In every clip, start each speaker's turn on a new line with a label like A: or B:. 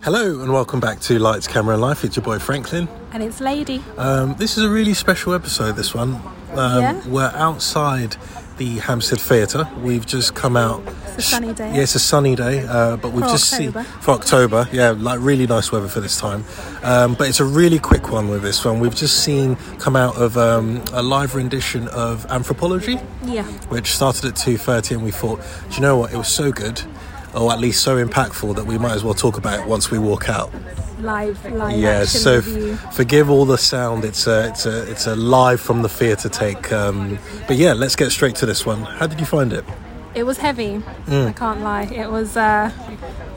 A: Hello and welcome back to Lights, Camera and Life. It's your boy Franklin.
B: And it's Lady.
A: Um, this is a really special episode, this one. Um,
B: Yeah?
A: We're outside the Hampstead Theatre. We've just come out.
B: It's a sunny day.
A: Yeah, it's a sunny day, uh, but we've
B: For
A: just
B: October.
A: seen. For October, yeah, like really nice weather for this time. Um, but it's a really quick one with this one. We've just seen come out of um, a live rendition of Anthropology.
B: Yeah.
A: which started at 2.30 and we thought do you know what it was so good or at least so impactful that we might as well talk about it once we walk out
B: Live, live.
A: yeah
B: action
A: so
B: review.
A: f- forgive all the sound it's a it's a it's a live from the theatre take um, but yeah let's get straight to this one how did you find it
B: It was heavy.
A: Mm.
B: I can't lie. It was. Uh,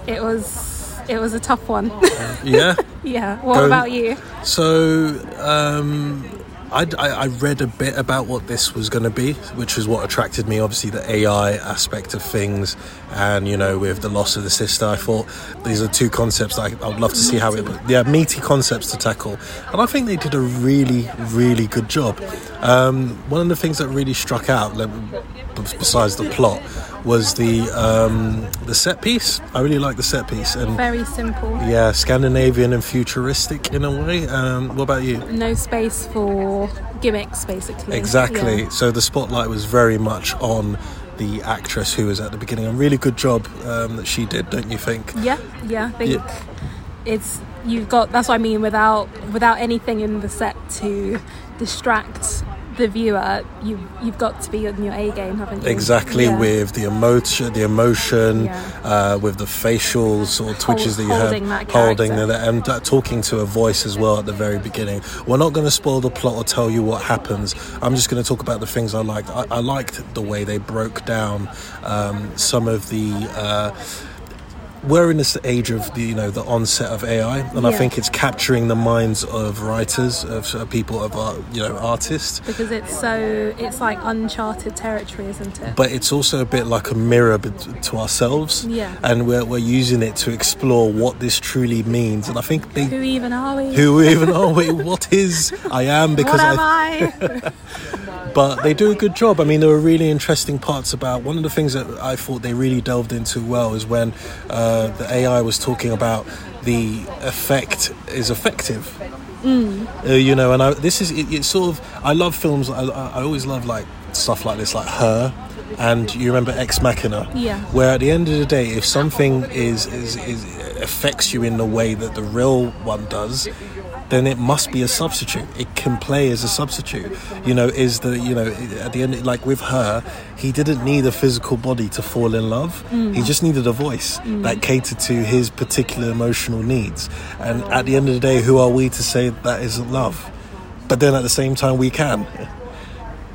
B: it was. It was a tough one.
A: yeah
B: yeah. What
A: Go-
B: about you?
A: So, um, I, I, I read a bit about what this was going to be, which is what attracted me. Obviously, the AI aspect of things, and you know, with the loss of the sister, I thought these are two concepts that I, I would love to see how it. Yeah, meaty concepts to tackle, and I think they did a really, really good job. Um, one of the things that really struck out, like, b- besides the plot, was the um, the set piece. I really like the set piece, and
B: Very simple.
A: yeah, Scandinavian and futuristic in a way. Um, what about you?
B: No space for gimmicks, basically.
A: Exactly.
B: Yeah.
A: So the spotlight was very much on the actress who was at the beginning. A really good job um, that she did, don't you think?
B: Yeah. Yeah. I think
A: Yeah.
B: it's you've got. That's what I mean. Without without anything in the set to distract the viewer, you you've got to be on your A game, haven't you?
A: Exactly
B: Yeah.
A: with the emotion, the emotion,
B: Yeah.
A: uh, with the facial sort of
B: Hold-
A: twitches that you have,
B: holding that
A: holding
B: character.
A: the, and that talking to a voice as well at the very beginning. We're not going to spoil the plot or tell you what happens. I'm just going to talk about the things I liked. I, I liked the way they broke down um, some of the. Uh, we're in this age of the you know the onset of AI, and I
B: Yeah.
A: think it's capturing the minds of writers, of uh, people, of art, you know artists.
B: because it's so it's like uncharted territory isn't it
A: but it's also a bit like a mirror bet- to ourselves.
B: Yeah.
A: And we're, we're using it to explore what this truly means. And I think they.
B: who even are we
A: Who even are we? What is I am? Because
B: what am
A: I,
B: i
A: but they do a good job. I mean, there were really interesting parts about one of the things that I thought they really delved into well is when uh, the AI was talking about the effect is effective. Uh, you know, and I, this is it, it's sort of I love films. I, I I always love like stuff like this, like Her, and you remember Ex Machina,
B: Yeah.
A: Where at the end of the day, if something is is, is affects you in the way that the real one does. Then it must be a substitute. It can play as a substitute. You know, is the you know at the end, like with her, he didn't need a physical body to fall in love. He
B: Mm.
A: just needed a voice that catered to his particular emotional needs. And at the end of the day, who are we to say that isn't love? But then at the same time, we can.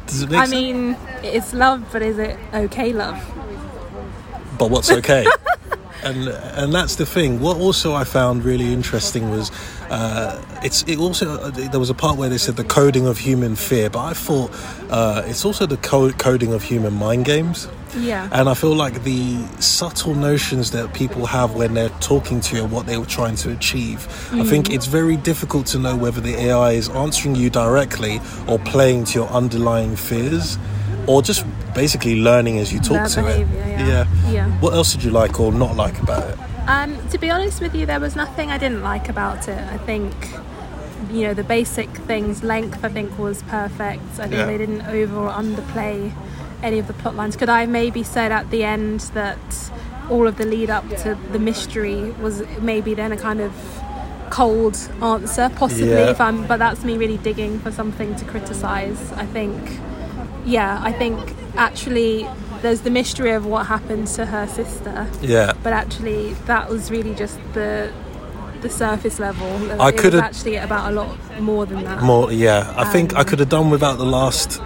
A: Does it make
B: i
A: sense?
B: mean it's love but is it okay love
A: but what's okay. and and that's the thing. What also I found really interesting was uh, it's it also uh, there was a part where they said the coding of human fear, but I thought uh, it's also the co- coding of human mind games.
B: yeah
A: And I feel like the subtle notions that people have when they're talking to you and what they were trying to achieve, I
B: Mm.
A: think it's very difficult to know whether the AI is answering you directly or playing to your underlying fears or just basically learning as you talk
B: Their
A: to
B: behaviour,
A: it.
B: yeah. Yeah.
A: What else did you like or not like about it?
B: um to be honest with you there was nothing i didn't like about it i think you know the basic things length i think was perfect i think
A: Yeah.
B: they didn't over or underplay any of the plot lines could i maybe said at the end that all of the lead up to the mystery was maybe then a kind of cold answer possibly
A: Yeah.
B: if i'm but that's me really digging for something to criticize i think yeah i think actually there's the mystery of what happened to her sister
A: Yeah.
B: but actually that was really just the the surface level
A: I
B: It was
A: could've-
B: actually about a lot more than that
A: More, yeah. I think
B: Um,
A: I could have done without the last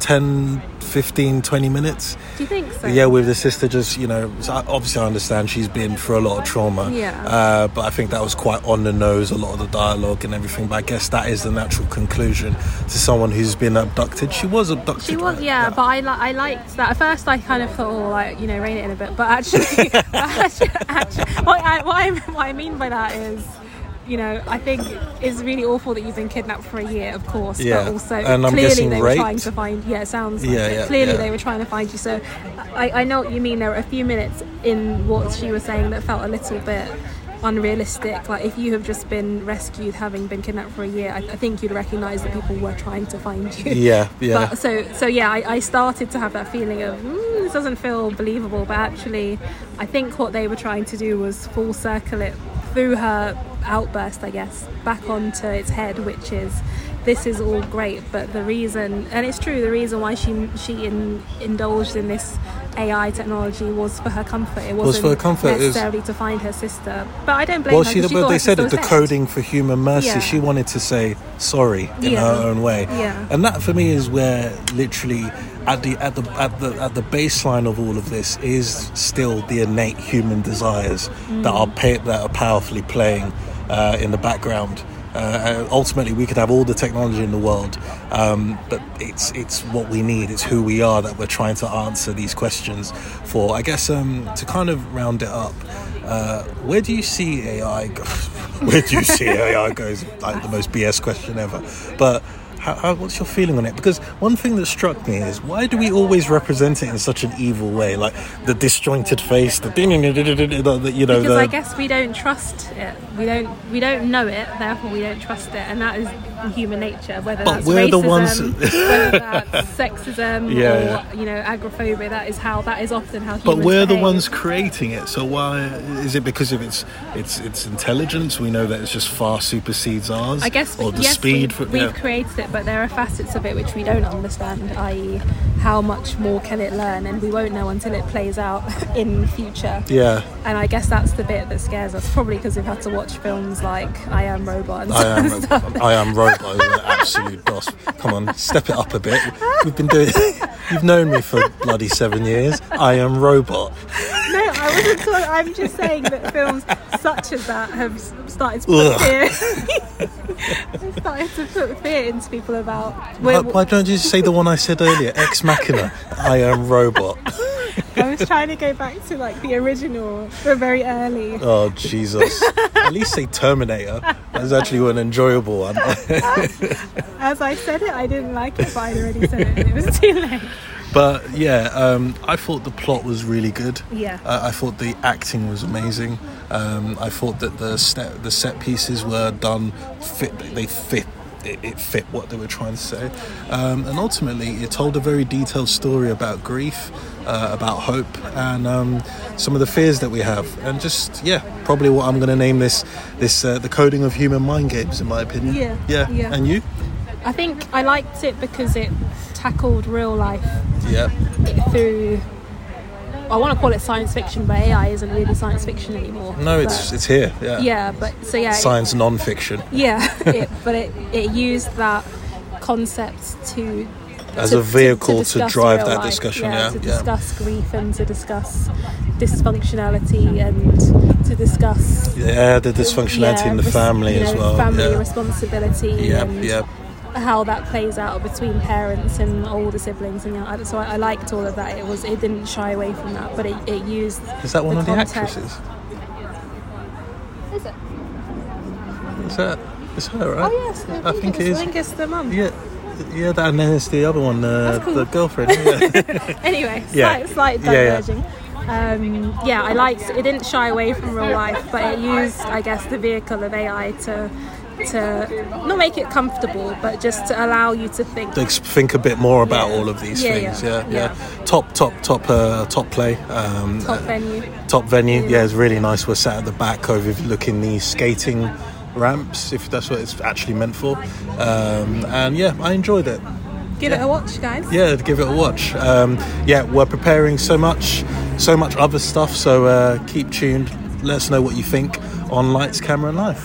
A: 10, 15, 20 minutes.
B: do you think so
A: Yeah, with the sister, just you know, so I- obviously I understand she's been through a lot of trauma.
B: Yeah.
A: Uh, but I think that was quite on the nose, a lot of the dialogue and everything. But I guess that is the natural conclusion to someone who's been abducted. She was abducted.
B: she was
A: right?
B: yeah, but I, li- I liked that at first I kind of thought oh like you know rein it in a bit but actually, but actually, actually what, I, what, I, what I mean by that is you know I think it's really awful that you've been kidnapped for a year of course
A: Yeah,
B: but also
A: and I'm
B: clearly
A: guessing
B: they were
A: raped?
B: trying to find yeah it sounds like
A: Yeah,
B: it.
A: yeah,
B: clearly
A: yeah.
B: they were trying to find you so I, I know what you mean there were a few minutes in what she was saying that felt a little bit unrealistic. Like if you have just been rescued, having been kidnapped for a year, I, I think you'd recognise that people were trying to find you.
A: Yeah, yeah.
B: But so so yeah, I, I started to have that feeling of mm, this doesn't feel believable, but actually, I think what they were trying to do was full circle it through her outburst, I guess, back onto its head, which is this is all great, but the reason, and it's true, the reason why she she in, indulged in this AI technology was for her comfort. It wasn't
A: Was for her comfort, it was-
B: necessarily to find her sister. But I don't blame
A: Well,
B: her.
A: she,
B: 'cause
A: well,
B: thought
A: they
B: her
A: said
B: sister
A: it, the
B: was dead.
A: coding for human mercy.
B: Yeah.
A: She wanted to say sorry in
B: Yeah.
A: her own way,
B: Yeah.
A: and that for me is where literally at the at the at the at the baseline of all of this is still the innate human desires that are pa- that are powerfully playing uh, in the background. Uh, ultimately, we could have all the technology in the world, um, but it's it's what we need. It's who we are that we're trying to answer these questions for. I guess um, to kind of round it up, uh, where do you see AI? Go- where do you see AI goes? Like the most BS question ever. But how, how, what's your feeling on it? Because one thing that struck me is why do we always represent it in such an evil way, like the disjointed face, the ding, ding, ding, ding, ding, ding, the- the- you know,
B: because I
A: the,
B: guess we don't trust it. We don't we don't know it, therefore we don't trust it, and that is human nature. Whether
A: But
B: that's
A: we're
B: racism,
A: the ones-
B: whether that's sexism,
A: Yeah,
B: or
A: yeah.
B: you know agoraphobia, that is how that is often how.
A: but
B: humans
A: we're the
B: behave.
A: ones creating it. So why is it because of its its its intelligence? We know that it's just far supersedes ours.
B: I guess
A: or the
B: yes,
A: speed.
B: we've,
A: for,
B: we've
A: yeah.
B: created it, but there are facets of it which we don't understand, i.e., how much more can it learn, and we won't know until it plays out in future.
A: yeah.
B: And I guess that's the bit that scares us, probably because we've had to watch films like I Am Robot and
A: I am, Rob- I am robot. We're absolute boss. Come on, step it up a bit. We've been doing. You've known me for bloody seven years. I am robot.
B: No, I wasn't talking. I'm just saying that films such as that have s- started to
A: Ugh.
B: put fear. have started to put fear into people about.
A: Why,
B: Well,
A: Uh, why don't you say the one I said earlier? Ex Machina. I am robot.
B: I was trying to go back to like the original, the very early.
A: Oh Jesus! At least say Terminator. That was actually an enjoyable one.
B: As I said it, I didn't like it, but I'd already said it. And it was too late.
A: But yeah, um, I thought the plot was really good.
B: Yeah.
A: Uh, I thought the acting was amazing. Um, I thought that the set the set pieces were done fit. They fit. It, it fit what they were trying to say, um, and ultimately it told a very detailed story about grief, uh, about hope, and um, some of the fears that we have, and just yeah, probably what I'm going to name this this uh, the coding of human mind games, in my opinion.
B: Yeah,
A: Yeah.
B: yeah.
A: And you?
B: I think I liked it because it tackled real life
A: Yeah.
B: through. I want to call it science fiction, but AI isn't really science fiction anymore.
A: No, it's uh,
B: But-
A: it's here. Yeah.
B: yeah, but so yeah, it-
A: Science non-fiction.
B: Yeah, it, but it, it used that concept to
A: As
B: to-
A: a vehicle to
B: discuss
A: drive
B: real
A: that discussion, yeah,
B: to
A: yeah.
B: discuss grief and to discuss dysfunctionality and to discuss
A: Yeah, the dysfunctionality
B: yeah,
A: in the
B: res-
A: family
B: you know,
A: as well.
B: family
A: yeah.
B: responsibility,
A: yeah,
B: and
A: yeah.
B: how that plays out between parents and older siblings, and yeah, so I, I liked all of that. It was it didn't shy away from that, but it, it used
A: Is that one
B: the
A: of the
B: context.
A: actresses? Is that? Is her right?
B: Oh yes, I think,
A: I think
B: it's,
A: it is.
B: I think it's the mum.
A: Yeah, yeah. That and then it's the other one, uh,
B: That's cool.
A: the girlfriend. Yeah.
B: anyway,
A: Yeah.
B: slight, slight
A: Yeah, yeah.
B: diverging. Um, yeah, I liked. It didn't shy away from real life, but it used, I guess, the vehicle of AI to to not make it comfortable, but just to allow you to think.
A: Like, think a bit more about all of these
B: Yeah,
A: things.
B: yeah,
A: Yeah, yeah, Top, top, top, uh, top play. Um,
B: Top
A: uh,
B: venue.
A: top venue.
B: Yeah.
A: Yeah, it's really nice. We're sat at the back overlooking the skating ramps, if that's what it's actually meant for. Um, and yeah, I enjoyed it.
B: Give it a watch, guys.
A: yeah give it a watch um, yeah we're preparing so much so much other stuff so uh, keep tuned let us know what you think on lights camera and life